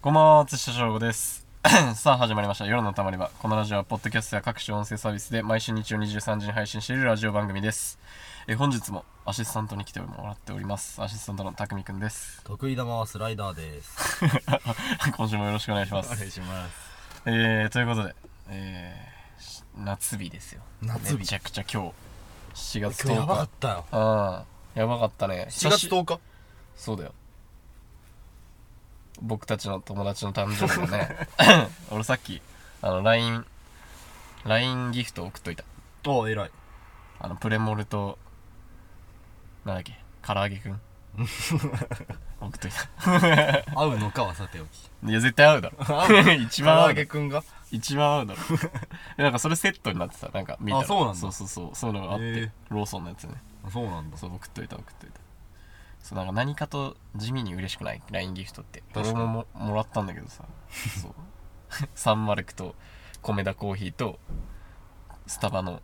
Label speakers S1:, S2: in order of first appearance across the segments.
S1: こんばんは、津下翔吾です。 さあ始まりました。夜のたまり場。このラジオは、ポッドキャストや各種音声サービスで毎週日曜23時に配信しているラジオ番組です。え本日もアシスタントに来てもらっております。アシスタントのたくみくんです。
S2: 得意玉はスライダーです。
S1: 今週もよろしくお願いします。
S2: いします。
S1: えー、ということで、えーし夏日ですよ。
S2: 夏日
S1: めちゃくちゃ今日、4月
S2: 今日やばか
S1: 10
S2: ったよ。
S1: 日。ああ、やばかったね。
S2: 7月10日
S1: そうだよ僕たちの友達の誕生日が ね俺さっきあの LINE LINE ギフト送っといた
S2: おう、偉い。
S1: あのプレモルとなんだっけ唐揚げく ん送っといた
S2: 合うのかはさておき。
S1: いや絶対合うだろ 一番合うだろ
S2: くんが
S1: 一番合うだろえなんかそれセットになってたなんか見たら
S2: あそうなんだ
S1: そうそうそうそういうのがあって、
S2: へえ
S1: ローソンのやつね
S2: そうなんだ。
S1: そう送っといた送っといたそうなんか何かと地味に嬉しくない LINE ギフトって
S2: 確か
S1: 俺
S2: に
S1: もももらったんだけどさそう サンマルクと米田コーヒーとスタバの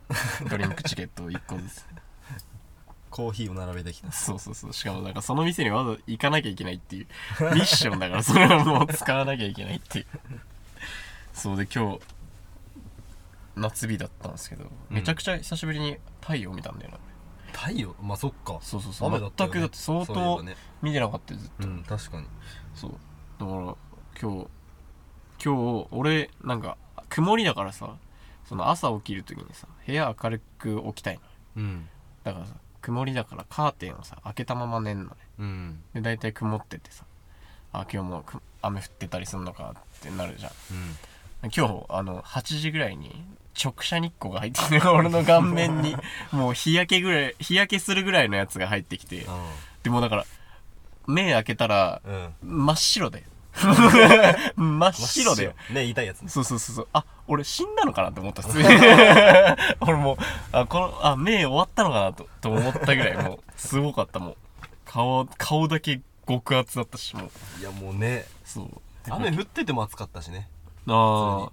S1: ドリンクチケットを1個ずつ
S2: コーヒーを並べてきた。
S1: そうそうそうしかもなんかその店にわざわざ行かなきゃいけないっていうミッションだからそれはもう使わなきゃいけないっていうそうで今日夏日だったんですけど、めちゃくちゃ久しぶりに太陽見たんだよな
S2: 太陽まあそっか。
S1: そうそうそう
S2: 雨だったよ、
S1: 全く
S2: ね。
S1: だって相
S2: そういえば
S1: 当
S2: ね。
S1: 見てなかったよずっと
S2: うん、確かに。
S1: そうだから今日今日俺なんか曇りだからさその朝起きる時にさ部屋明るく起きたいの
S2: うん。
S1: だからさ曇りだからカーテンをさ開けたまま寝んのね
S2: うん。
S1: で大体曇っててさあ今日もく雨降ってたりすんのかってなるじゃん
S2: うん。
S1: 今日あの8時ぐらいに直射日光が入ってきて 俺の顔面にもう日焼けぐらい日焼けするぐらいのやつが入ってきて
S2: あ
S1: でもうだから目開けたら
S2: あ。うん。
S1: 真っ白で真っ白で
S2: 真っね、痛いやつね。
S1: そうそうそうそうあ俺死んだのかなって思った普通に 俺もうあこのあ目終わったのかなとと思ったぐらいもうすごかったもう顔顔だけ極厚だったしもう
S2: いや、もう ね。
S1: そう
S2: 雨降ってても暑かったしね。
S1: ああ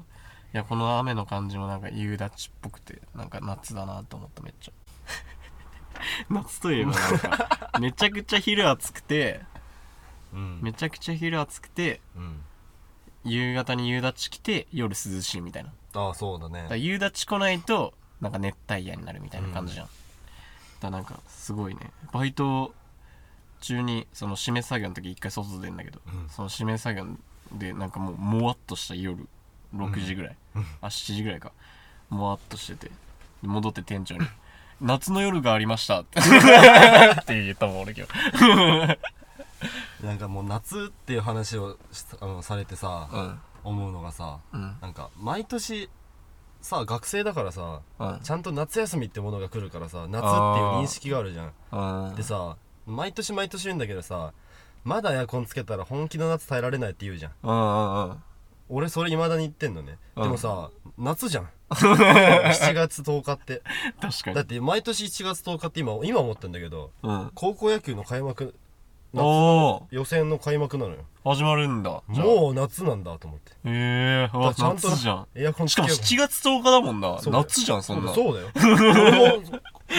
S1: いやこの雨の感じもなんか夕立っぽくてなんか夏だなと思っためっちゃ 夏といえばなん かめちゃくちゃ昼暑くて
S2: うん
S1: めちゃくちゃ昼暑くて
S2: うん。
S1: 夕方に夕立来て夜涼しいみたいな
S2: ああ、そうだ
S1: だから
S2: ね。
S1: 夕立来ないとなんか熱帯夜になるみたいな感じじゃん、だからなんかすごいねバイト中にその締め作業の時一回外出るんだけど、
S2: うん
S1: その締め作業でなんかもうもわっとした夜6時ぐらい、
S2: うん
S1: あ7時ぐらいかもわっとしてて戻って店長に「夏の夜がありました」って って言ったもん俺今日
S2: なんかもう夏っていう話をしあのされてさ、
S1: うん
S2: 思うのがさ、
S1: うん
S2: なんか毎年さ学生だからさ
S1: うん
S2: ちゃんと夏休みってものが来るからさ夏っていう認識があるじゃん
S1: うん
S2: でさ毎年毎年言うんだけどさまだエアコンつけたら本気の夏耐えられないって言うじゃん
S1: うんうん
S2: 俺それ未だに言ってんのね
S1: うん
S2: でもさ夏 じゃん7月10日って
S1: 確かに
S2: だって毎年1月10日って今今思ってんだけど
S1: うん
S2: 高校野球の開幕夏
S1: お
S2: 予選の開幕なのよ
S1: お始まるんだじゃあ
S2: もう夏なんだと思って
S1: ええー、うわ
S2: だからちゃんと
S1: 夏じゃん
S2: エアコン
S1: し
S2: つ
S1: か
S2: け
S1: も
S2: よう
S1: 7月10日だもんな
S2: そうだよ
S1: 夏じゃんそんな
S2: そうだよ 俺も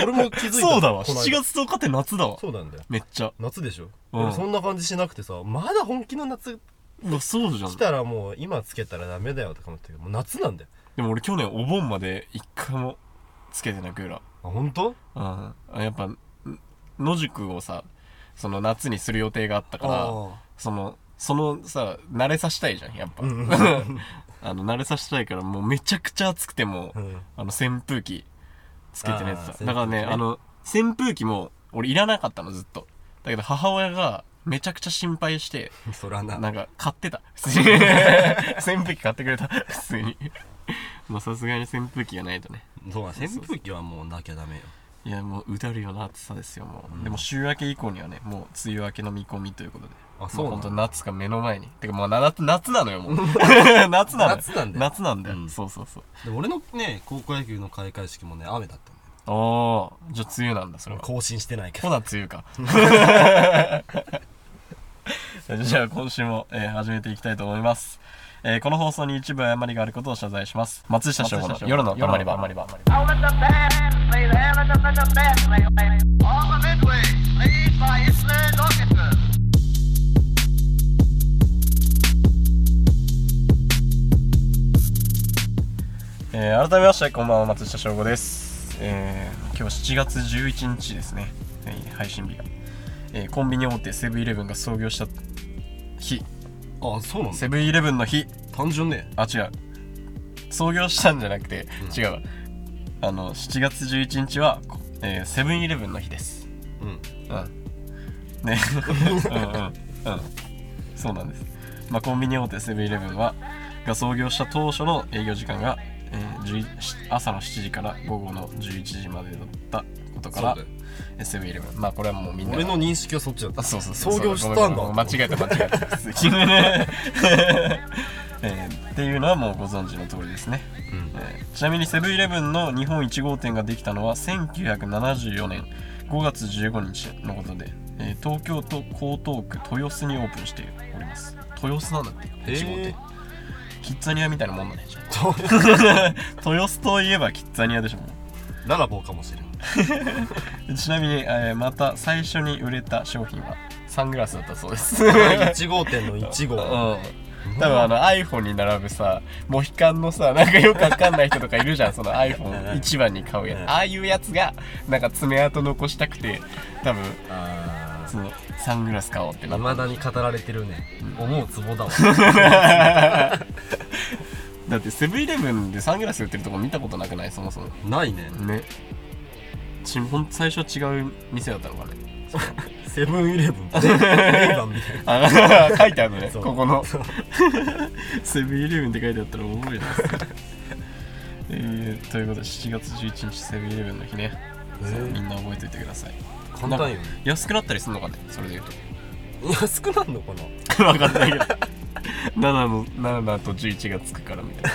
S2: 俺も気づいた
S1: そうだわ
S2: この
S1: 7
S2: 間
S1: 月10日って夏だわ
S2: そうなんだよ
S1: めっちゃ
S2: 夏でしょ、
S1: うん
S2: 俺そんな感じしなくてさまだ本気の夏
S1: うわそうじゃん
S2: 来たらもう今つけたらダメだよとか思ったけどもう夏なんだよ
S1: でも俺去年お盆まで一回もつけてないクーラ
S2: あ本当
S1: ーうんやっぱん野宿をさその夏にする予定があったから
S2: あ
S1: そのそのさ慣れさせたいじゃんやっぱ、
S2: うん
S1: あの慣れさせたいからもうめちゃくちゃ暑くても、
S2: あうん
S1: あの扇風機つけて寝てた、
S2: あー
S1: だからね
S2: 扇風機ね
S1: あの扇風機も俺いらなかったのずっとだけど母親がめちゃくちゃ心配して
S2: そらな
S1: なんか買ってた 普通に扇風機買ってくれた普通にまあさすがに扇風機がないとね
S2: そうだ扇風機はもうなきゃダメよ
S1: いやもううだるよな暑さですよもう、
S2: うん
S1: でも週明け以降にはねもう梅雨明けの見込みということで
S2: あそ
S1: も
S2: うな
S1: 本
S2: ん
S1: 当
S2: だ
S1: 夏が目の前にてかもうな夏夏なのよもう 夏なのよ
S2: 夏なんだよ
S1: 夏なんだよ、
S2: うん
S1: そうそうそう
S2: で俺のね高校野球の開会式もね雨だったんだよ
S1: ああじゃあ梅雨なんだそれは
S2: 更新してないけ
S1: ほ
S2: ど
S1: な、梅雨か。 じゃあ、今週も、えー始めていきたいと思います。えーこの放送に一部誤りがあることを謝罪します。松下翔吾の夜のたまり場。
S3: All of the band play there, and all of the band play there. All of it way, played by Island Orchestra.
S1: えー改めましてこんばんは松下翔吾です、えー今日7月11日ですね、えー配信日が、えーコンビニ大手セブンイレブンが創業した日
S2: あそうなんだ
S1: セブンイレブンの日
S2: 単純ね
S1: あ違う創業したんじゃなくて、
S2: うん
S1: 違うわあの7月11日はこえーセブンイレブンの日です
S2: うん
S1: うんねうんうんうんそうなんです、まあ、コンビニ大手セブンイレブンはが創業した当初の営業時間が、えー11し朝の7時から午後の11時までだったことか
S2: そう
S1: ら
S2: だよ
S1: えーセブンイレブンまあこれはもうみんな
S2: 俺の認識はそっちだった
S1: あそうそうそう
S2: 創業したん
S1: ご
S2: だ
S1: めごめごめ間違えた間違えた普通に えーっていうのはもうご存知の通りですね、
S2: うん
S1: えーちなみにセブンイレブンの日本1号店ができたのは1974年5月15日のことで、えー東京都江東区豊洲にオープンしております豊洲なんだって
S2: へー
S1: 1号店キッザニアみたいなもんだねじゃあ 豊洲といえばキッザニアでしょもう
S2: ララボーかもしれん
S1: ちなみに、えーまた最初に売れた商品はサングラスだったそうです。
S2: 1号店の1
S1: うん
S2: 号
S1: 多分あの iPhone に並ぶさモヒカンのさなんかよくわかんない人とかいるじゃんその iPhone 一番に買うやつ
S2: うん
S1: ああいうやつがなんか爪痕残したくて多分
S2: あ
S1: そのサングラス買おうって
S2: い
S1: な
S2: ま
S1: っ
S2: だに語られてるね思うツボだわ
S1: ただってセブンイレブンでサングラス売ってるとこ見たことなくないそもそも
S2: ないね
S1: ねちほんと最初は違う店だったのかね
S2: セブンイレブンレイバンみたい な
S1: あ書いてあるね
S2: そう
S1: ここの セブンイレブンって書いてあったらおもろいな えー、ということで7月11日セブンイレブンの日ね、そうみんな覚えておいてください
S2: 簡単よね
S1: 安くなったりするのかねそれで言う
S2: 安くなんのかな
S1: と分かんないけど7の7と11がつくからみた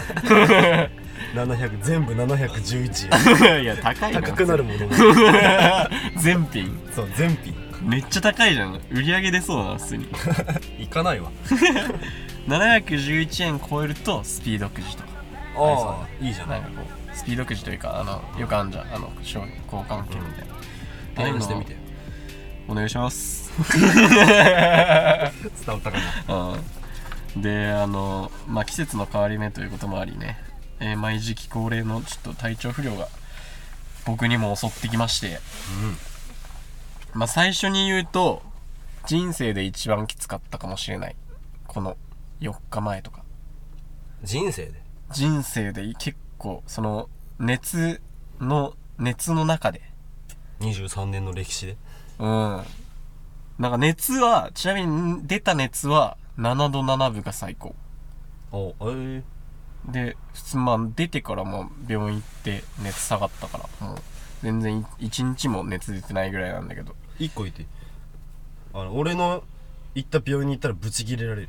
S1: い
S2: 700全部711円
S1: な いや高いな
S2: 高くなるものも
S1: 全品
S2: そう全品
S1: めっちゃ高いじゃん売り上げ出そうだな普通に
S2: いかないわ
S1: 711円超えるとスピードくじとか
S2: ああいいじゃ
S1: な
S2: な
S1: いんかこうスピードくじというかあのよくあんじゃんあの商品交換券みたいな、
S2: 提案してみて
S1: お願いします
S2: 伝わったかな
S1: うんであの、まあ、季節の変わり目ということもありね、えー毎時期恒例のちょっと体調不良が僕にも襲ってきまして、まあ、最初に言うと人生で一番きつかったかもしれないこの4日前とか
S2: 人生で
S1: 人生で結構その熱の熱の中で
S2: 23年の歴史で
S1: うんなんか熱はちなみに出た熱は7度7分が最高
S2: おえ
S1: で普通まあ出てからもう病院行って熱下がったからもう全然一日も熱出てないぐらいなんだけど
S2: え1個言っていいあの俺の行った病院に行ったらブチギレられる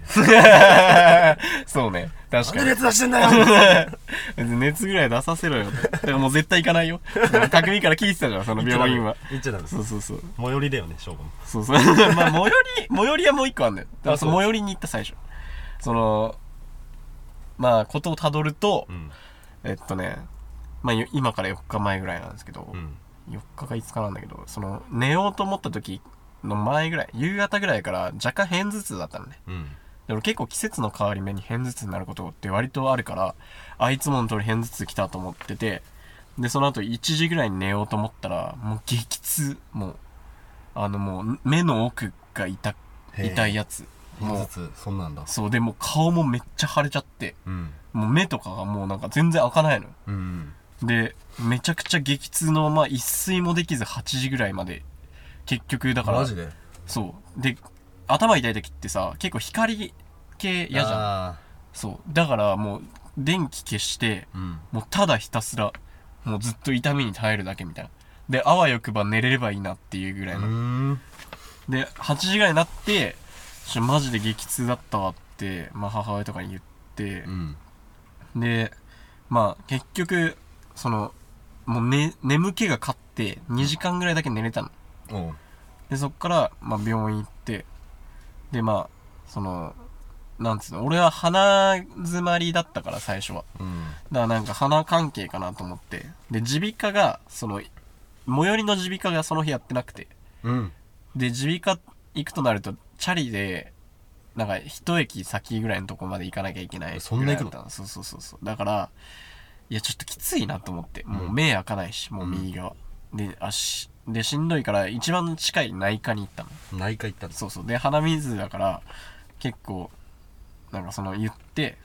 S1: そうね確か
S2: なん
S1: に
S2: で熱出してん だよ
S1: 熱ぐらい出させろよとだからもう絶対行かないよ匠から聞いてたじゃんその病院は
S2: 行っちゃダメです
S1: そうそうそう
S2: 最寄りだよね勝負の
S1: そうそう まあ最寄り最寄りはもう一個あんだよだからその
S2: あそう
S1: 最寄りに行った最初そのまあことをたどると、
S2: うん
S1: えっとねまあよ今から4日前ぐらいなんですけど、
S2: うん
S1: 4日か5日なんだけどその寝ようと思った時の前ぐらい夕方ぐらいから若干偏頭痛だったのね
S2: うん
S1: でも結構季節の変わり目に偏頭痛になることって割とあるからあいつもの通り偏頭痛きたと思っててでその後1時ぐらいに寝ようと思ったらもう激痛もうあのもう目の奥が痛
S2: へえ
S1: 痛いやつも
S2: も
S1: う
S2: うそんなんだ
S1: そうでもう顔もめっちゃ腫れちゃって
S2: うん
S1: もう目とかがもうなんか全然開かないのよ
S2: うん
S1: でめちゃくちゃ激痛のまま一睡もできず8時ぐらいまで結局だから
S2: マジで
S1: そうで頭痛い時ってさ結構光系嫌じゃん
S2: ゃ
S1: そうだからもう電気消して
S2: んうん
S1: もうただひたすらもうずっと痛みに耐えるだけみたいなであわよくば寝れればいいなっていうぐらいの、
S2: うん
S1: で8時ぐらいになってちょマジで激痛だったわって、まあ、母親とかに言って、
S2: うん
S1: でまあ結局そのもう、ね、眠気が勝って2時間ぐらいだけ寝れたの
S2: おう
S1: でそっから、まあ、病院行ってでまあそのなんつうの俺は鼻詰まりだったから最初は
S2: うん
S1: だからなんか鼻関係かなと思ってで耳鼻科がその最寄りの耳鼻科がその日やってなくて
S2: うん
S1: で耳鼻科行くとなるとチャリでなんか一駅先ぐらいのとこまで行かなきゃいけない
S2: そんな行くの
S1: ぐらいだったそうそうそうそうだからいやちょっときついなと思ってもう目開かないしもう右側、で足でしんどいから一番近い内科に行ったの
S2: 内科行ったんです
S1: そうそうで鼻水だから結構なんかその言って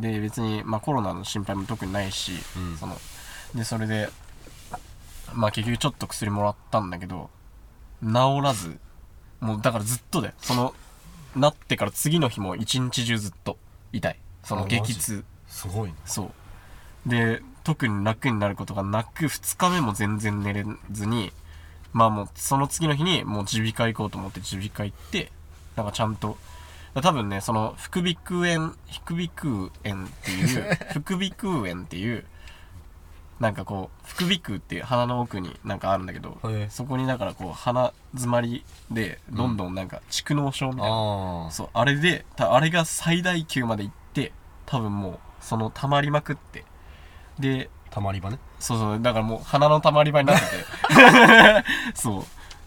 S1: で別に、まあ、コロナの心配も特にないし、
S2: うん
S1: そのでそれでまあ結局ちょっと薬もらったんだけど治らずもうだからずっとだよそのなってから次の日も一日中ずっと痛いそ
S2: あ
S1: の
S2: マジ
S1: 激痛
S2: すごいね
S1: そうで特に楽になることがなく2日目も全然寝れずにまあもうその次の日にもう耳鼻科行こうと思って耳鼻科行ってなんかちゃんとだ多分ねその副鼻腔炎副鼻腔炎っていう 副鼻腔炎っていうなんかこう副鼻腔っていう鼻の奥になんかあるんだけど
S2: へえ
S1: そこにだからこう鼻詰まりでどんどんなんか蓄膿症みたいな
S2: あ
S1: そうあれでたあれが最大級まで行って多分もうその溜まりまくってで
S2: あたまり場ね
S1: そうそうだからもう鼻の溜まり場になってて そう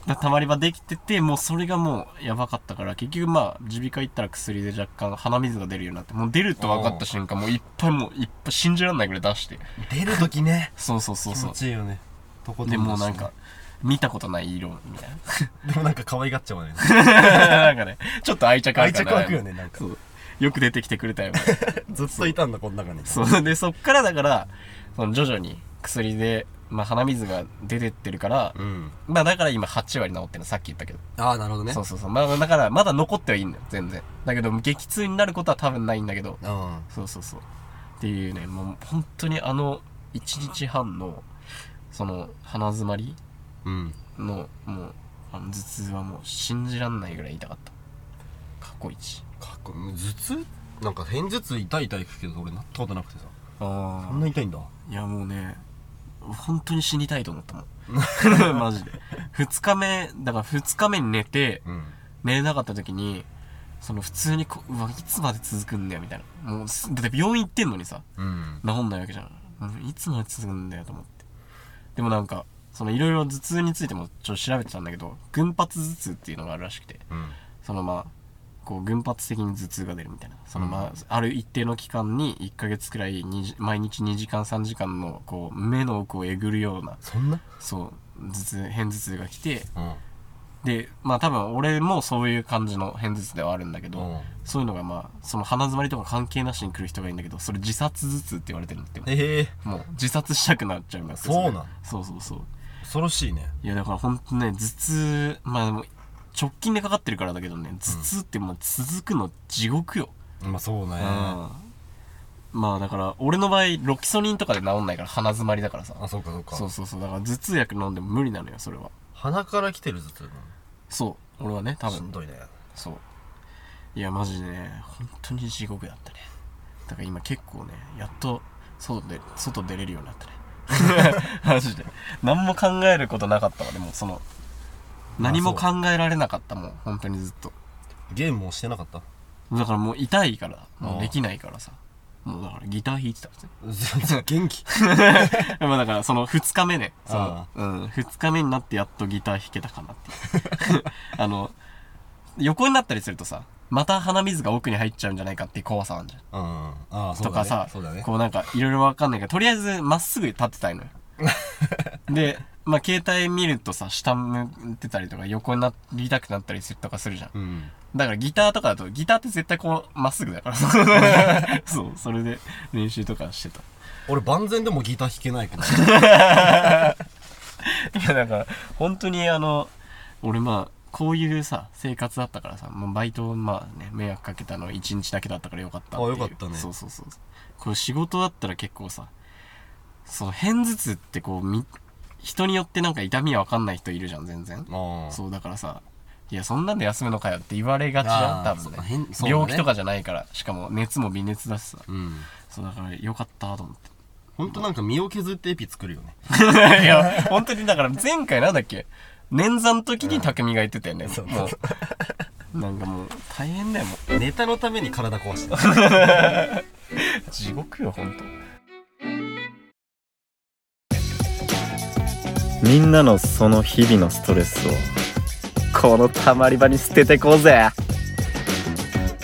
S1: だ溜まり場できててもうそれがもうやばかったから結局まあ耳鼻科行ったら薬で若干鼻水が出るようになってもう出ると分かった瞬間もういっぱいもういっぱい信じられないぐらい出して
S2: 出る時 ね
S1: そうそうそう
S2: 気
S1: そう
S2: 持ちいいよねとことん
S1: で
S2: 出してね
S1: もうなんか見たことない色みたい
S2: で もなんか可愛がっちゃわね
S1: ななんかねちょっと愛着ある
S2: 愛
S1: から
S2: 着湧くよねなんか
S1: そうよく出てきてくれたよ
S2: ずっといたんだこの中に
S1: そうでそっからだからその徐々に薬で、まあ、鼻水が出てってるから、
S2: うん
S1: まあだから今8割治ってるのさっき言ったけど、
S2: ああなるほどね
S1: そうそうそうまあだからまだ残ってはいいんだよ全然だけど激痛になることは多分ないんだけど
S2: うん
S1: そうそうそうっていうねもう本当にあの1日半のその鼻づまり
S2: うん
S1: のもうあの頭痛はもう信じらんないぐらい痛かった過去一
S2: かっこ頭痛なんか片頭痛痛い痛い聞くけど俺なったことなくてさ
S1: あ
S2: こんな痛いんだ
S1: いやもうね本当に死にたいと思ったもんマジで2日目だから2日目に寝て
S2: うん
S1: 寝れなかった時にその普通にこうわいつまで続くんだよみたいなもうすだって病院行ってんのにさ
S2: うん
S1: 治んないわけじゃんもういつまで続くんだよと思ってでもなんかそのいろいろ頭痛についてもちょっと調べてたんだけど群発頭痛っていうのがあるらしくて
S2: うん
S1: そのまあこう群発的に頭痛が出るみたいなそのまあ、ある一定の期間に1ヶ月くらいにじ毎日2時間3時間のこう目の奥をえぐるような
S2: そんな
S1: そう頭痛片頭痛が来て
S2: うん
S1: でまあ多分俺もそういう感じの片頭痛ではあるんだけど、
S2: うん
S1: そういうのがまあその鼻詰まりとか関係なしに来る人がいいんだけどそれ自殺頭痛って言われてるんだって
S2: ええ
S1: もう自殺したくなっちゃうんだって
S2: そうなん
S1: れそうそうそう
S2: 恐ろしいね
S1: いやだからほんとね頭痛まあでも直近でかかってるからだけどね頭痛ってもう続くの地獄よ、
S2: まあそうね
S1: うんまあだから俺の場合ロキソニンとかで治んないから鼻詰まりだからさ
S2: あそうかそうか
S1: そうそうそうだから頭痛薬飲んでも無理なのよそれは
S2: 鼻から来てる頭痛な
S1: そう俺はね多
S2: のしん
S1: 分
S2: どいね
S1: そういやマジでね本当に地獄だったねだから今結構ねやっと外で外出れるようになったね マジで何も考えることなかったわでもその
S2: まあ
S1: 何も考えられなかったもん本当にずっと
S2: ゲームもしてなかった
S1: だからもう痛いからも
S2: あ
S1: う
S2: あ
S1: できないからさもうだからギター弾いてた普通に
S2: 元気
S1: まあだからその2日目ねそ
S2: あ
S1: の、うん、2日目になってやっとギター弾けたかなって いうあの横になったりするとさまた鼻水が奥に入っちゃうんじゃないかっていう怖さあるじゃん
S2: うんああそ
S1: と
S2: うだね
S1: かさ、
S2: そうだね
S1: こうなんかいろいろわかんないけど、とりあえずまっすぐ立ってた いのよ。で、まあ携帯見るとさ、下向ってたりとか横になりたくなったりするとかするじゃん。
S2: うん
S1: だからギターとかだと、ギターって絶対こうまっすぐだ から。そう、それで練習とかしてた。
S2: 俺万全でもギター弾けない けど
S1: いやだから、本当にあの、俺まあ、こういうさ、生活だったからさ、もうバイト、まあね、迷惑かけたの1日だけだったからよかったっていう
S2: あよかったね
S1: そうそうそう。これ仕事だったら結構さ、その片頭痛ってこう、み、人によってなんか痛みはわかんない人いるじゃん、全然。
S2: ああ
S1: そうだからさ、いや、そんなんで休むのかよって言われがちじゃん、
S2: あ
S1: 多分
S2: ーそう変そう
S1: ね
S2: だね
S1: 病気とかじゃないから、しかも熱も微熱だしさ。
S2: うん
S1: そうだからよかったと思って。
S2: ほんとなんか身を削ってエピ作るよね
S1: いや、本当にだから前回なんだっけ捻挫の時に匠が言ってたよね。
S2: そう
S1: もう。なんかもう大変だよ、も
S2: ネタのために体壊した
S1: う。地獄よ、本当。みんなのその日々のストレスを、このたまり場に捨ててこうぜ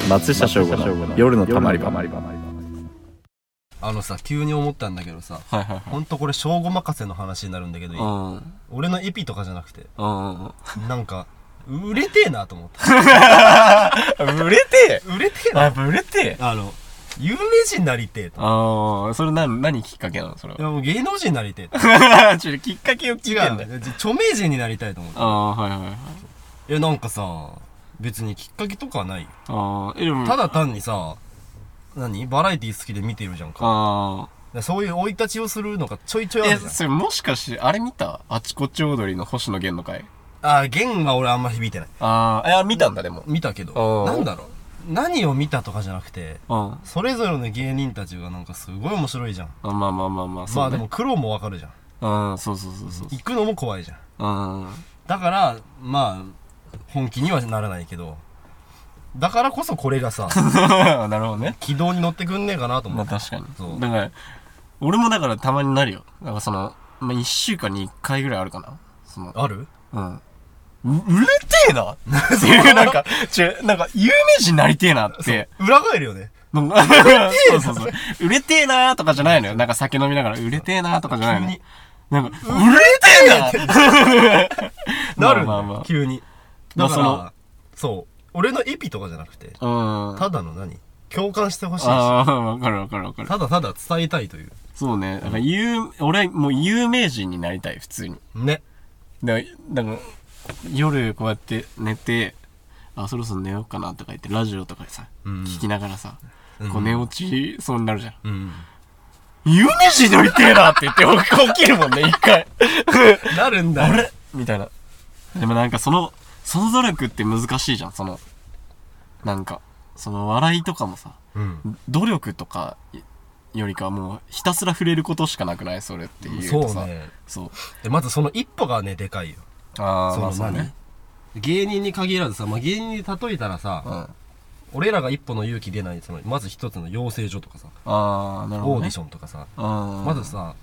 S1: 松下
S4: 翔吾の夜のたまり場。
S2: あのさ急に思ったんだけどさ
S1: はいはいはい
S2: ほんとこれ正午任せの話になるんだけどいい
S1: うんうん
S2: 俺のエピとかじゃなくて
S1: うん
S2: なんか売れてえなと思った
S1: うん売れて
S2: 売れて
S1: え
S2: え
S1: あ
S2: な
S1: やっぱ売れてえ
S2: あの有名人になりてえと
S1: ああそれ何何きっかけなのそれ
S2: いやもう芸能人になりてえ と
S1: はちょきっかけを聞
S2: 違
S1: いて
S2: うんの
S1: だ
S2: よ著名人になりたいと思った
S1: ああはいはいはい
S2: いやなんかさ別にきっかけとかはないよ
S1: ああえでも
S2: ただ単にさ何バラエティ好きで見てるじゃんか
S1: ああ
S2: でそういう生い立ちをするのがちょいちょいあ
S1: え
S2: るじゃん
S1: それもしかしてあれ見たあちこち踊りの星野源の回
S2: あー弦は俺あんま響いてない
S1: ああいや見たんだでも
S2: 見たけ
S1: お
S2: ど
S1: ー
S2: なんだろう何を見たとかじゃなくて
S1: うんあ
S2: それぞれの芸人たちがなんかすごい面白いじゃん
S1: まあまあまあまあ
S2: ま
S1: そ
S2: あ
S1: う
S2: で
S1: ね
S2: も苦労もわかるじゃん
S1: うんそうそうそうそう
S2: 行くのも怖いじゃん
S1: うん うん
S2: だからまあ本気にはならないけどだからこそこれが さ
S1: なるほどね。
S2: 軌道に乗ってくんねえかなと
S1: ま
S2: 思
S1: あ
S2: って
S1: 確か
S2: そう
S1: に。だから、俺もだからたまになるよ。だからその、まあ1週間に1回ぐらいあるかな。その、
S2: ある
S1: うん。う売れてえ なっていう、なんか、ちょ、なんか、有名人になりてえなって。
S2: 裏返るよね
S1: なんかそうそうそう。売れてえなーとかじゃないのよ。なんか酒飲みながら、売れてえなーとかじゃない
S2: 急
S1: のよ
S2: に。
S1: なんか、売れてえな
S2: なるんだよ
S1: まあまあまあ
S2: 急に
S1: ま
S2: だ
S1: あ
S2: か
S1: そ
S2: ら、
S1: の
S2: そう俺のエピとかじゃなくて
S1: うん。あ
S2: ただの何共感 してほしいし
S1: あー、わかるわかるわかる。
S2: ただただ伝えたいという
S1: そうね。だから、有、俺、もう有名人になりたい、普通に。
S2: ね
S1: だだから夜こうやって寝てあそろそろ寝ようかなとか言ってラジオとかでさ、
S2: うん
S1: 聞きながらさ、
S2: うん
S1: こう寝落ちそうになるじゃん
S2: うん
S1: 「有名人になりてえな」って言って 起き起きるもんね一回
S2: なるんだ
S1: あ
S2: よ
S1: れみたいなでもなんかそのその努力って難しいじゃんそのなんかその笑いとかもさ
S2: うん
S1: 努力とかよりかはもうひたすら触れることしかなくないそれっていう
S2: そ
S1: と
S2: う
S1: さ
S2: ね
S1: そう
S2: でまずその一歩がねでかいよ
S1: あーまあ
S2: の
S1: そうね
S2: 芸人に限らずさ、まあ、芸人に例えたらさ、
S1: うんあ
S2: 俺らが一歩の勇気出ないそのまず一つの養成所とかさ
S1: あーなるほど、
S2: オーデ
S1: ね
S2: ィ、ションとかさ、
S1: うん
S2: まずさ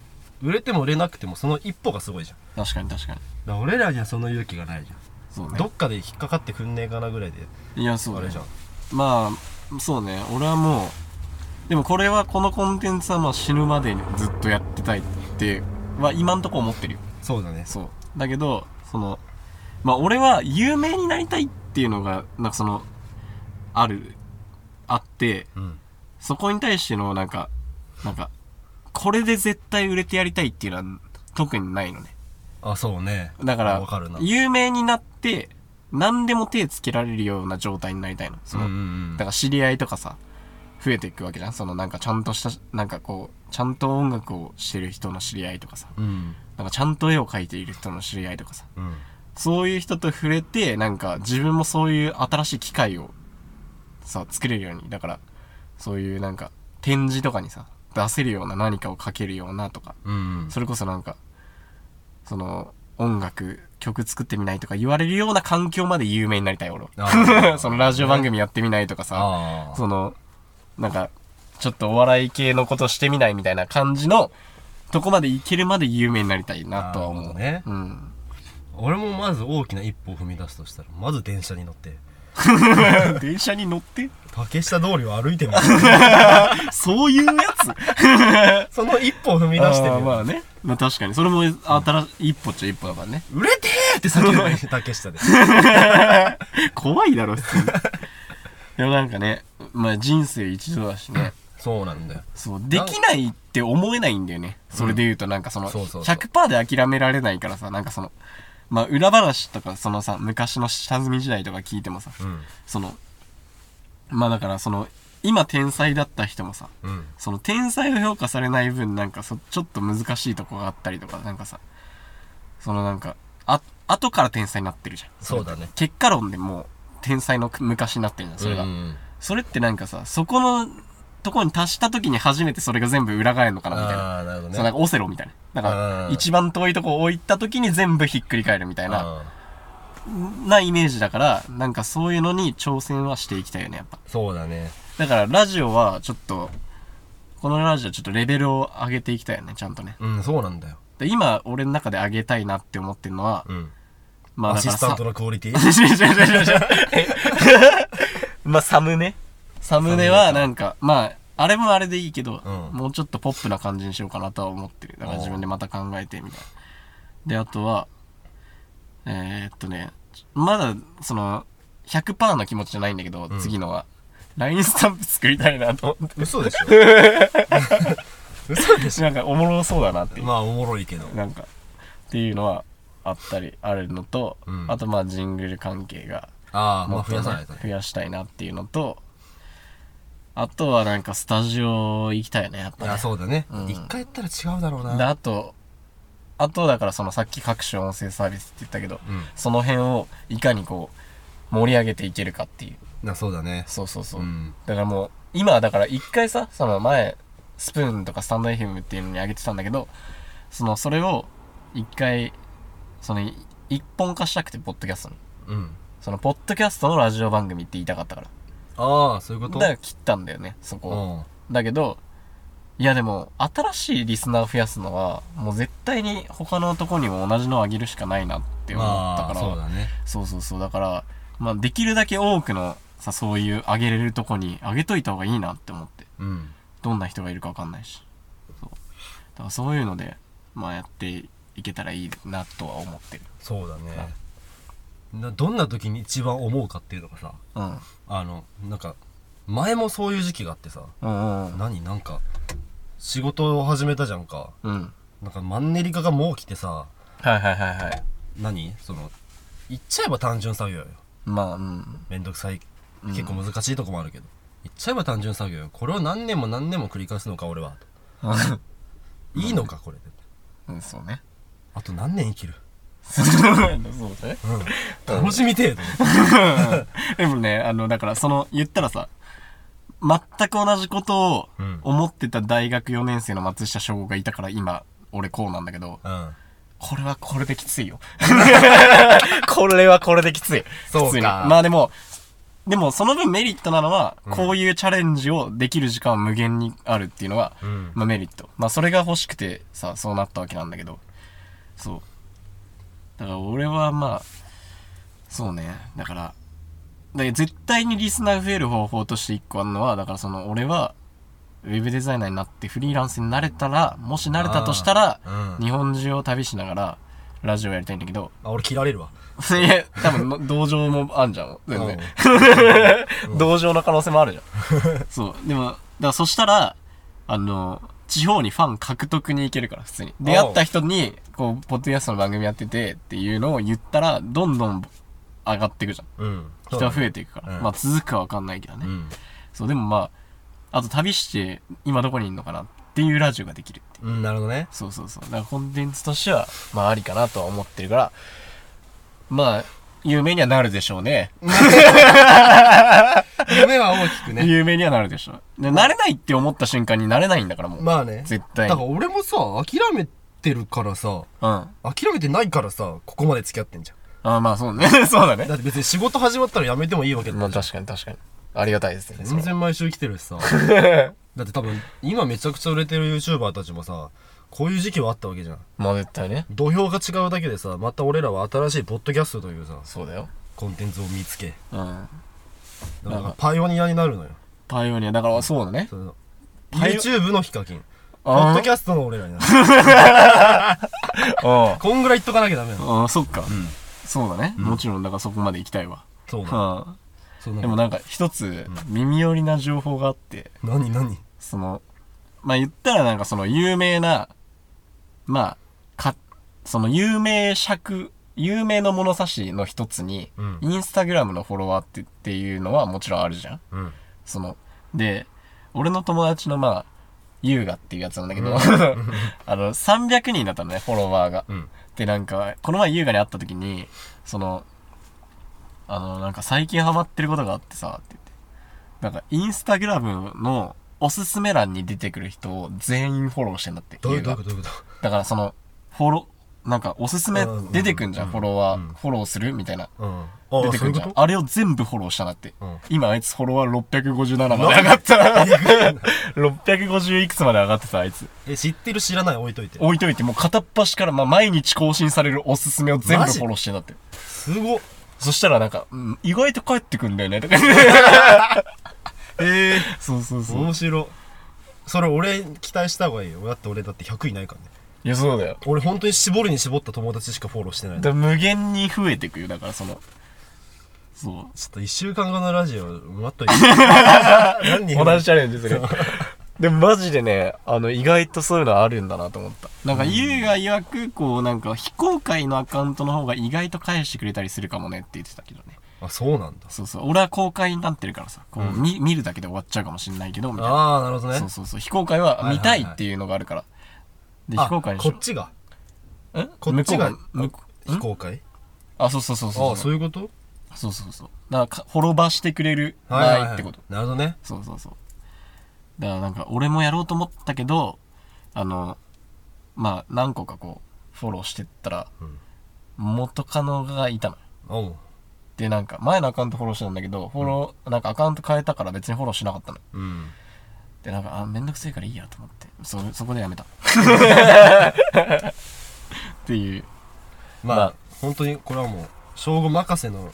S2: 売れても売れなくてもその一歩がすごいじゃん
S1: 確かに確かに
S2: だから俺らにはその勇気がないじゃ、
S1: そうんね
S2: どっかで引っかかってくんねえかなぐらいで
S1: いやそう
S2: あ
S1: ね
S2: れじゃん
S1: まあそうね俺はもうでもこれはこのコンテンツはまあ死ぬまでにずっとやってたいっては今んとこ思ってるよ
S2: そうだね
S1: そうだけどそのまあ俺は有名になりたいっていうのがなんかそのあるあって
S2: うん
S1: そこに対してのなんかなんかこれで絶対売れてやりたいっていうのは特にないのね
S2: あそうね
S1: だか
S2: わ
S1: ら
S2: かるな
S1: 有名になって何でも手つけられるような状態になりたいのその、
S2: うんうんうん
S1: だから知り合いとかさ増えていくわけじゃんそのなんかちゃんとしたなんかこうちゃんと音楽をしてる人の知り合いとかさ
S2: うん
S1: なんかちゃんと絵を描いている人の知り合いとかさ
S2: うん
S1: そういう人と触れてなんか自分もそういう新しい機会をさ作れるようにだからそういうなんか展示とかにさ出せるような何かを描けるようなとか
S2: うん
S1: それこそなんかその音楽曲作ってみないとか言われるような環境まで有名になりたい俺
S2: あー
S1: は そのラジオ番組やってみないとかさ
S2: ああ
S1: そのなんかちょっとお笑い系のことしてみないみたいな感じのとこまでいけるまで有名になりたいなとは
S2: な
S1: 思
S2: る
S1: う
S2: ほどね
S1: うん、
S2: 俺もまず大きな一歩を踏み出すとしたらまず電車に乗って
S1: 電車に乗って
S2: 竹下通りを歩い てみる
S1: そういうや つ
S2: その一歩を踏み出してみ
S1: あ
S2: る
S1: ーまあね、まあ、確かにそれも新しい一歩っちゃ一歩だからね
S2: 売れてーって叫ぶね 竹下で
S1: 怖いだろ 普通にでもなんかねまあ人生一度だしね
S2: そうなんだよ
S1: そうできないって思えないんだよねそれで言うとなんかその
S2: そうそうそう
S1: 100%で諦められないからさなんかそのまあ裏話とかそのさ昔の下積み時代とか聞いてもさ
S2: うん
S1: そのまあだからその今天才だった人もさ
S2: うん
S1: その天才を評価されない分なんかそちょっと難しいとこがあったりとかなんかさそのなんかあ後から天才になってるじゃん
S2: そうだね
S1: 結果論でもう天才の昔になってるじゃんそれが、
S2: うん
S1: それってなんかさそこのとこに達した時に初めてそれが全部裏返るのかなみたいな
S2: ああなるほ
S1: そう
S2: ど
S1: なん
S2: ね
S1: かオセロみたいなだか
S2: う
S1: ら
S2: ん
S1: 一番遠いとこを置いた時に全部ひっくり返るみたいな
S2: あ
S1: なイメージだからなんかそういうのに挑戦はしていきたいよねやっぱ
S2: ーそうだね
S1: だからラジオはちょっとこのラジオちょっとレベルを上げていきたいよねちゃんとね
S2: うんそうなんだよ
S1: で今俺の中で上げたいなって思ってるのは、
S2: うん
S1: まあ
S2: ア
S1: だか
S2: シ
S1: ら
S2: ス
S1: さ
S2: タントのクオリティ
S1: 違う違う 違う違うまあサムネサムネはなんかまああれもあれでいいけど、
S2: うん
S1: もうちょっとポップな感じにしようかなとは思ってるだから自分でまた考えてみたいなであとはえー、っとねまだその100%の気持ちじゃないんだけど、
S2: ん
S1: 次のは LINE スタンプ作りたいなと思っ
S2: 嘘でしょ嘘でして
S1: なんかおもろそうだなって
S2: ょ
S1: いう、
S2: まあおもろいけど
S1: なんかっていうのはあったりあるのと、
S2: うん
S1: あとまあジングル関係が
S2: ああ
S1: も
S2: まあ
S1: っとね
S2: 増やさないとね
S1: 増やしたいなっていうのとあとはなんかスタジオ行きたいよねやっ
S2: い
S1: ぱ、ね、
S2: やそうだね
S1: うん
S2: 一回やったら違うだろう
S1: で
S2: な
S1: あとあとだからそのさっき各種音声サービスって言ったけど、
S2: うん
S1: その辺をいかにこう盛り上げていけるかっていう
S2: なそうだね
S1: そうそうそう、
S2: うん
S1: だからもう今はだから一回さその前スプーンとかスタンド FM っていうのに上げてたんだけどそのそれを一回そのい一本化したくてポッドキャストに
S2: うん
S1: そのポッドキャストのラジオ番組って言いたかったから
S2: ああそういうこ
S1: だ
S2: と
S1: から切ったんだよねそこ
S2: う
S1: を
S2: ん
S1: だけどいやでも新しいリスナー増やすのはもう絶対に他のとこにも同じのをあげるしかないなって思った
S2: ま
S1: か
S2: あ
S1: ら
S2: そうだね
S1: そうそうそうだから、まあ、できるだけ多くのさそういうあげれるとこにあげといた方がいいなって思って
S2: うん
S1: どんな人がいるかわかんないしそうだからそういうので、まあ、やっていけたらいいなとは思ってる
S2: そうだねなどんな時に一番思うかっていうのがさ
S1: うん
S2: あのなんか前もそういう時期があってさ
S1: うんうん
S2: 何なんか仕事を始めたじゃんか
S1: うん
S2: なんかマンネリ化がもう来てさ
S1: はいはいはいはい
S2: 何その言っちゃえば単純作業よ
S1: まあうん
S2: めんどくさい結構難しいとこもあるけど、言っちゃえば単純作業よこれを何年も何年も繰り返すのか俺はといいのかこれで
S1: うんそう ね
S2: あと何年生きる、
S1: そうね
S2: うん、楽しみてえと思って
S1: でもね、あの、だから、その、言ったらさ、全く同じことを
S2: うん
S1: 思ってた大学4年生の松下翔吾がいたから、今、俺こうなんだけど、
S2: うん
S1: これはこれできついよ。 これはこれできつい。
S2: そうか
S1: 普通にまあでも、でもその分メリットなのは、こういうチャレンジをできる時間は無限にあるっていうのは、
S2: うん
S1: まあメリット。まあそれが欲しくてさ、そうなったわけなんだけど、そう。だから俺はまあ、そうね、だから、だから絶対にリスナーが増える方法として一個あるのは、だからその俺は、ウェブデザイナーになってフリーランスになれたら、もしなれたとしたら、
S2: うん
S1: 日本中を旅しながらラジオやりたいんだけど
S2: あ俺切られるわ
S1: いや多分の道場もあんじゃん全然、道場の可能性もあるじゃん そうでもだからそしたらあの地方にファン獲得に行けるから普通に出会った人にこうポッドキャストの番組やっててっていうのを言ったらどんどん上がっていくじゃん
S2: うん
S1: 人は増えていくから、
S2: うん
S1: まあ続くか分かんないけどね、
S2: うん
S1: そうでもまああと旅して今どこにいるのかなっていうラジオができるっていう
S2: うんなるほどね
S1: そうそうそう。だからコンテンツとしては、まあありかなとは思ってるから、まあ、有名にはなるでしょうね。
S2: 夢は大きくね
S1: 有名にはなるでしょう。で、なれないって思った瞬間になれないんだからもう。
S2: まあね
S1: 絶対
S2: だ
S1: に
S2: から俺もさ諦めてるからさ
S1: うん。あ
S2: 諦めてないからさここまで付き合ってんじゃ
S1: あまあそうね。 そうだ
S2: ん
S1: ね
S2: だ。って別に仕事始まったら辞めてもいいわけだ
S1: まあ確かに確かに。ありがたいですね。それ
S2: 全然毎週来てる しさだって多分今めちゃくちゃ売れてる YouTuber たちもさこういう時期はあったわけじゃん
S1: まあ絶対ね。
S2: 土俵が違うだけでさまた俺らは新しいポッドキャストというさ
S1: そうだよ。
S2: コンテンツを見つけ
S1: うん。
S2: だか
S1: なん
S2: ら
S1: か
S2: パイオニアになるのよ
S1: パイオニア、だからそうだね。
S2: その
S1: パイオ
S2: YouTube のヒカキンポ
S1: あー
S2: ッドキャストの俺らになる
S1: あ
S2: こんぐらい言っとかなきゃダメな
S1: あ。
S2: の
S1: ああ、そっか。そうだね。もちろん、だからそこまで行きたいわ。
S2: そうなの
S1: は
S2: そう
S1: あ、
S2: な
S1: でも
S2: の
S1: なんか一つ耳寄りな情報があって、
S2: 何何
S1: その、まあ言ったらなんかその有名な、まあ、か、その有名尺、有名の物差しの一つに、
S2: うん
S1: インスタグラムのフォロワーってっていうのはもちろんあるじゃん。
S2: うん
S1: その、で、俺の友達のまあ、優雅っていうやつなんだけど、 あの、300人だったのね、フォロワーが。
S2: うん
S1: で、なんか、この前優雅に会った時に、その、あの、なんか最近ハマってることがあってさ、って言って。なんか、インスタグラムのおすすめ欄に出てくる人を全員フォローしてんだって。
S2: どういう
S1: 優
S2: どうい
S1: 雅
S2: うことどういうこ
S1: だからその、フォロー、なんかおすすめ
S2: うん
S1: 出てくんじゃん、
S2: うん
S1: フォロワ
S2: うん
S1: ー、フォローするみたいな。
S2: とうんあ
S1: 出
S2: あ
S1: てく
S2: そうい
S1: ん
S2: う
S1: じゃ
S2: こ
S1: ん
S2: と
S1: あれを全部フォローしたんだって、
S2: うん
S1: 今あいつフォロワー657まで上がった 650いくつまで上がってたあいつ
S2: え知ってる知らない置いといて
S1: 置いといてもう片っ端から、まあ、毎日更新されるおすすめを全部
S2: マジ
S1: フォローしてんだって
S2: すごっ
S1: そしたらなんか、うん 意外と帰ってくんだよね、とか言って。
S2: ええ
S1: そうそうそう。
S2: 面白それ俺期待した方がいいよだって俺だって100いないからね
S1: いやそうだよ
S2: 俺本当に絞るに絞った友達しかフォローしてない
S1: だ
S2: の
S1: か
S2: ちょ
S1: ら無限に増えてくよだからそのそ
S2: っと1週間後のラジオ待 っといて何
S1: う
S2: 人
S1: 同じチャレンジするでもマジでねあの意外とそういうのあるんだなと思ったなんか優が曰くこうなんか非公開のアカウントの方が意外と返してくれたりするかもねって言ってたけどね
S2: あそうなんだ
S1: そうそう俺は公開になってるからさこう、
S2: うん
S1: み見るだけで終わっちゃうかもしんないけどみたいな
S2: ああなるほどね
S1: そうそうそう非公開は見たいっていうのがあるから、
S2: あ
S1: で非公開でし
S2: こ
S1: ょ
S2: っちが
S1: え
S2: こっちが
S1: 向こうが
S2: 非
S1: 向こう
S2: 公開
S1: んあそうそうそう
S2: あ
S1: そ
S2: あ
S1: う
S2: そういうこと
S1: そうそうそうだからか滅ばしてくれる場
S2: はいはいはい
S1: 合ってこと、
S2: なるほどね
S1: そうそうそうだからなんか俺もやろうと思ったけどあのまあ何個かこうフォローしてったら、
S2: うん
S1: 元カノがいたの
S2: おう
S1: でなんか前のアカウントフォローしてたんだけどフォロー、なんかアカウント変えたから別にフォローしなかったの
S2: うん
S1: でなんかあめんどくせえからいいやと思ってそそこで やめたっていう
S2: まあ、
S1: まあ
S2: 本当にこれはもう正午任せの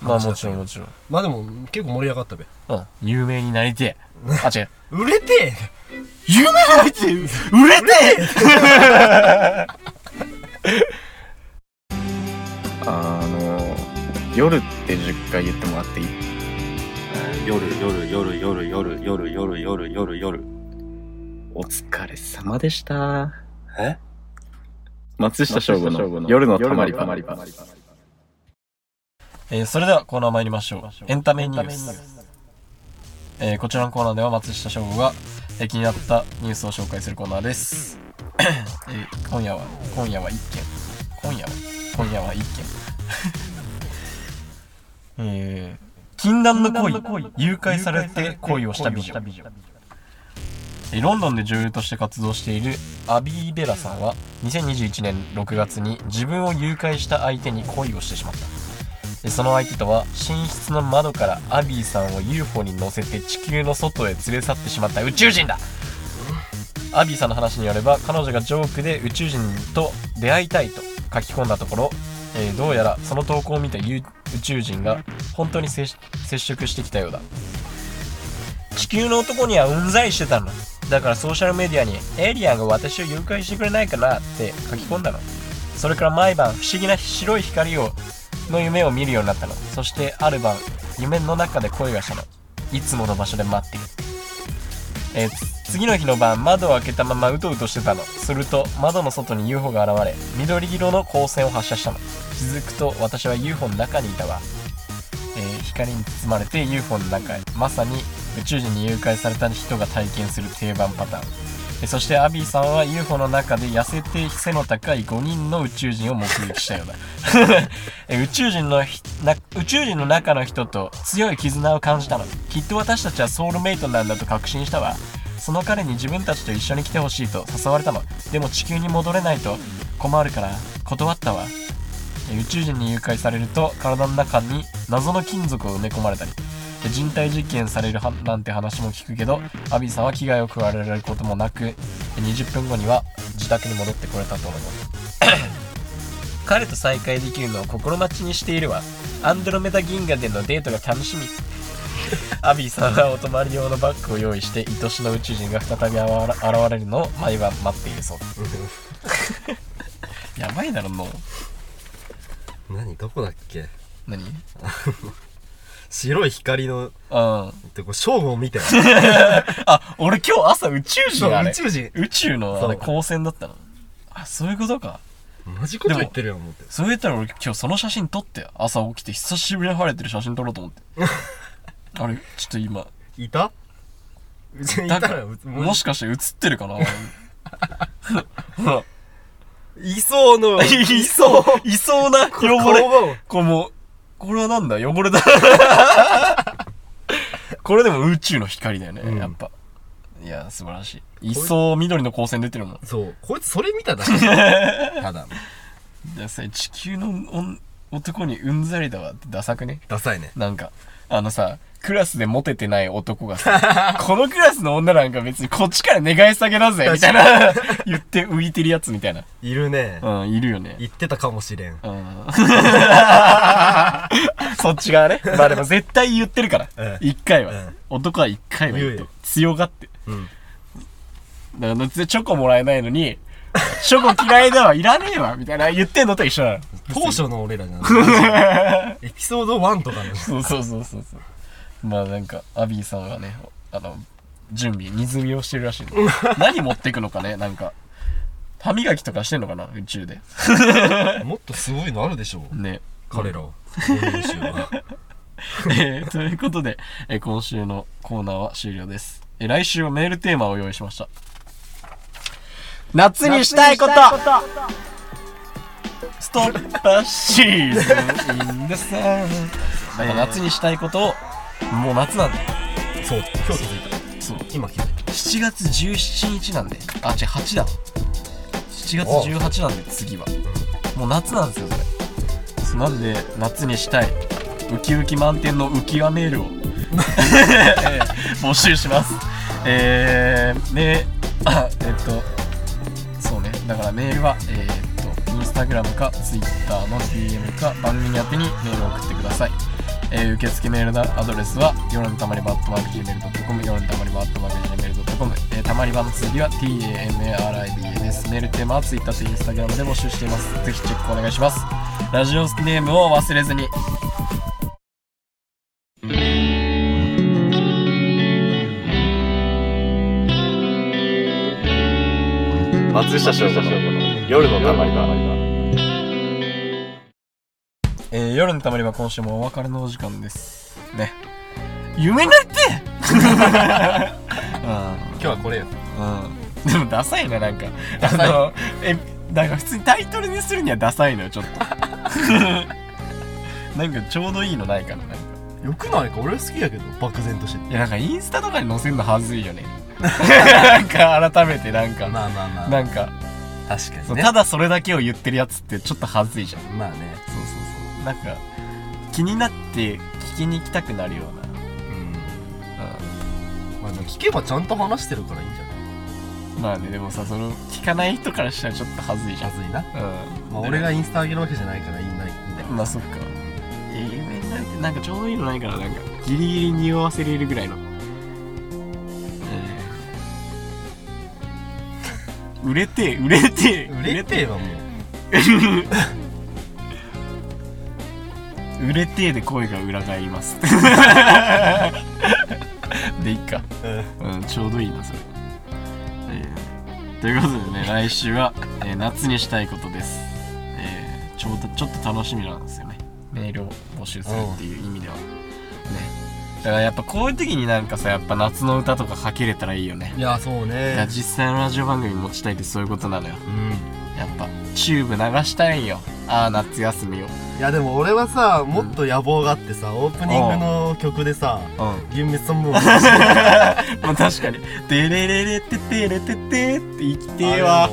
S1: まあもちろんもちろん
S2: まあでも結構盛り上がったべ
S1: うん有名になりて えあ違う
S2: 売れて
S1: 有名になりてえ売れてえあの夜って10回言ってもらっていい
S4: 夜夜夜夜夜夜夜夜夜夜
S1: お疲れ様でした
S4: え
S1: 松下翔吾の夜のたまり場えーそれではコーナー参りましょうエンタメニュース、えーこちらのコーナーでは松下翔吾が、えー気になったニュースを紹介するコーナーです、 えー今夜は今夜は一件今夜は今夜は一件 えー禁断の恋誘拐されて恋をした美女えーロンドンで女優として活動しているアビー・ベラさんは2021年6月に自分を誘拐した相手に恋をしてしまったでその相手とは寝室の窓からアビーさんを UFO に乗せて地球の外へ連れ去ってしまった宇宙人だアビーさんの話によれば彼女がジョークで宇宙人と出会いたいと書き込んだところ、えーどうやらその投稿を見たゆ宇宙人が本当に接し接触してきたようだ地球の男にはうんざりしてたのだからソーシャルメディアに「エイリアンが私を誘拐してくれないかな」って書き込んだのそれから毎晩不思議な白い光をの夢を見るようになったのそしてある晩夢の中で恋がしたのいつもの場所で待っている、えーつ次の日の晩窓を開けたままうとうとしてたのすると窓の外に UFO が現れ緑色の光線を発射したの気づくと私は UFO の中にいたわ、えー光に包まれて UFO の中へまさに宇宙人に誘拐された人が体験する定番パターンえーそしてアビーさんは UFO の中で痩せて背の高い5人の宇宙人を目撃したようだ え宇宙人のひな宇宙人の中の人と強い絆を感じたのきっと私たちはソウルメイトなんだと確信したわその彼に自分たちと一緒に来てほしいと誘われたのでも地球に戻れないと困るから断ったわえ宇宙人に誘拐されると体の中に謎の金属を埋め込まれたりえ人体実験されるはなんて話も聞くけどアビーさんは危害を加えられることもなくえ20分後には自宅に戻ってこれたと思う 彼と再会できるのを心待ちにしているわアンドロメダ銀河でのデートが楽 しみアビーさんはお泊まり用のバッグを用意して愛しの宇宙人が再び現わら現れるのを毎晩待っているそうですやばいだろもう
S2: 何どこだっけ
S1: 何
S2: 白い光の
S1: うん
S2: ってこれ正午を見て
S1: あ俺今日朝宇宙人あれ
S2: 宇宙人
S1: 宇宙のあ
S2: そ
S1: れ
S2: う
S1: 光線だったのあそういうことか
S2: マジこと言ってるよ思って
S1: そう言ったら俺今日その写真撮って朝起きて久しぶりに晴れてる写真撮ろうと思ってあれちょっと今
S2: いたうちにいた
S1: だからら
S2: う
S1: もしかして映ってるかなほら
S2: いそう の
S1: いそういそうな
S2: これ
S1: 汚れ
S2: 顔が
S1: これもうこれはなんだ汚れだこれでも宇宙の光だよね、
S2: うん
S1: やっぱいや素晴らしいいそう緑の光線出てるもん
S2: そうこいつそれ見ただけただ
S1: でさ地球の女男にうんざりだわってダサくね
S2: ダサいね
S1: なんかあのさクラスでモテてない男が さこのクラスの女なんか別にこっちから願い下げだぜみたいな言って浮いてるやつみたいな、
S2: いるね
S1: うん、いるよね
S2: 言ってたかもしれん
S1: うん、 そっち側ねまあでも絶対言ってるから
S2: うん
S1: 一回
S2: う
S1: は
S2: ん
S1: 男は一回は言って
S2: 言う
S1: る
S2: よ
S1: 強がって
S2: うん
S1: だからチョコもらえないのに、チョコ嫌いだわ、いらねえわ、みたいな言ってんのと一緒なの。
S2: 当初の俺らじゃないエピソード1とかの
S1: そうそうそうそうそう。まあなんか、アビーさんがね、あの、準備、荷積みをしてるらしいの。何持ってくのかね、なんか。歯磨きとかしてんのかな、宇宙で。
S2: もっとすごいのあるでしょう
S1: ね。
S2: 彼らは練習は
S1: えーということで、えー今週のコーナーは終了です。えー来週はメールテーマを用意しました。夏にしたいことストッパーシーズンインデサン。だから夏にしたいことを、もう夏なんで。
S2: そう今日気づいた
S1: そう。
S2: 今気づいた
S1: 7月17日なんで。あ、違う、8だ。7月18なんで、次は。もう夏なんですよ、それ。そうなんで、夏にしたい、ウキウキ満点の浮き輪メールを えー募集します。えー、ね、あ、えっと、そうね、だからメールは、えーっと、インスタグラムか、ツイッターの DM か、番組宛てにメールを送ってください。えー受付メールのアドレスは、夜のたまり場、アットマーク Gmail.com、夜のたまり場、アットマーク Gmail.com、えーたまり場の次は TAMARIBA です。メールテーマはツイッターとインスタグラムで募集しています。ぜひチェックお願いします。ラジオネームを忘れずに。松下翔吾の夜のたまり場。えー夜のたまり場、今週もお別れのお時間です。ね。夢になってうん
S2: 今日はこれよ
S1: でもダサいななんかあのえなんか普通にタイトルにするにはダサいのよちょっ となんかちょうどいいのないかななんか
S2: よくないか俺好きやけど漠然として
S1: いやなんかインスタとかに載せるのはずい よねなんか改めてなんか、
S2: まあまあまあ
S1: なんか、
S2: 確か
S1: そ
S2: に
S1: う
S2: ね
S1: ただそれだけを言ってるやつってちょっとはずいじゃん
S2: まあね
S1: そうそうそうなんか気になって聞きに行きたくなるよう
S2: うん
S1: な、うん
S2: まあでも聞けばちゃんと話してるからいいんじゃない
S1: まあねでもさその聞かない人からしたらちょっとはずいじゃん
S2: まずいな
S1: うん
S2: まあ俺がインスタ上げるわけじゃないからいいんだいいんだよ
S1: まあそっか。え、夢になるって、なんかちょうどいいのないから、なんか、ギリギリ匂わせれるぐらいの。えー売れてえ、売れてえ、
S2: 売れてえわもう
S1: 売れてえで声が裏返ります。でいっか。うん、ちょうどいいな、それ。えーということでね、来週は、えー夏にしたいことです。えーちょうど、ちょっと楽しみなんですよね。メールを募集するっていう意味では。ね。だからやっぱこういう時になんかさ、やっぱ夏の歌とかかけれたらいいよね。
S2: いやそう
S1: だから
S2: ね
S1: 実際のラジオ番組持ちたいってそういうことなのよ。
S2: うん
S1: やっぱ、チューブ流したいんよ。ああ、夏休みを。
S2: いやでも俺はさもっと野望があってさオープニングの曲でさ
S1: うん。
S2: 「銀滅さんも」
S1: まあ確かに。てれれれててれててって生きてえわ。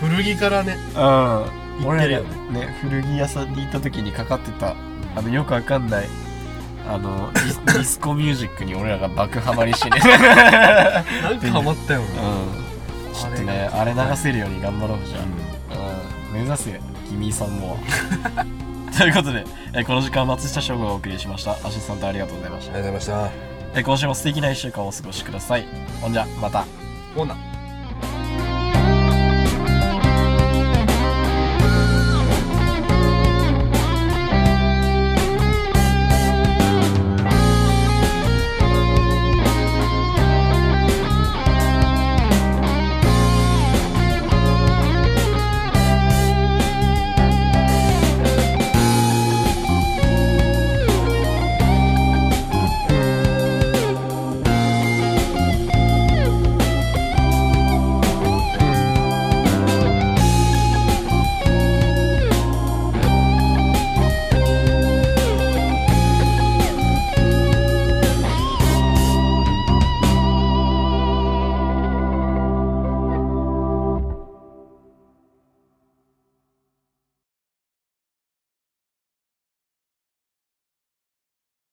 S2: 古着からね
S1: う
S2: 言って
S1: 俺
S2: る
S1: ら
S2: よ
S1: ね
S2: ね
S1: 古着屋さんに行った時にかかってた、あの、よくわかんない、あの、ディス ディスコミュージックに俺らが爆ハマりしてね。
S2: なんかハマったよ
S1: う
S2: な、
S1: ん。ちょっとね、あれ流せるように頑張ろうじゃん。うん目指せ君さんも ということで、えーこの時間は松下翔吾がお送りしましたアシスタントありがとうございまし
S2: あ
S1: た、
S2: りがとうございました
S1: えー今週も素敵な1週間をお過ごしくださいほんじゃまた
S2: ほな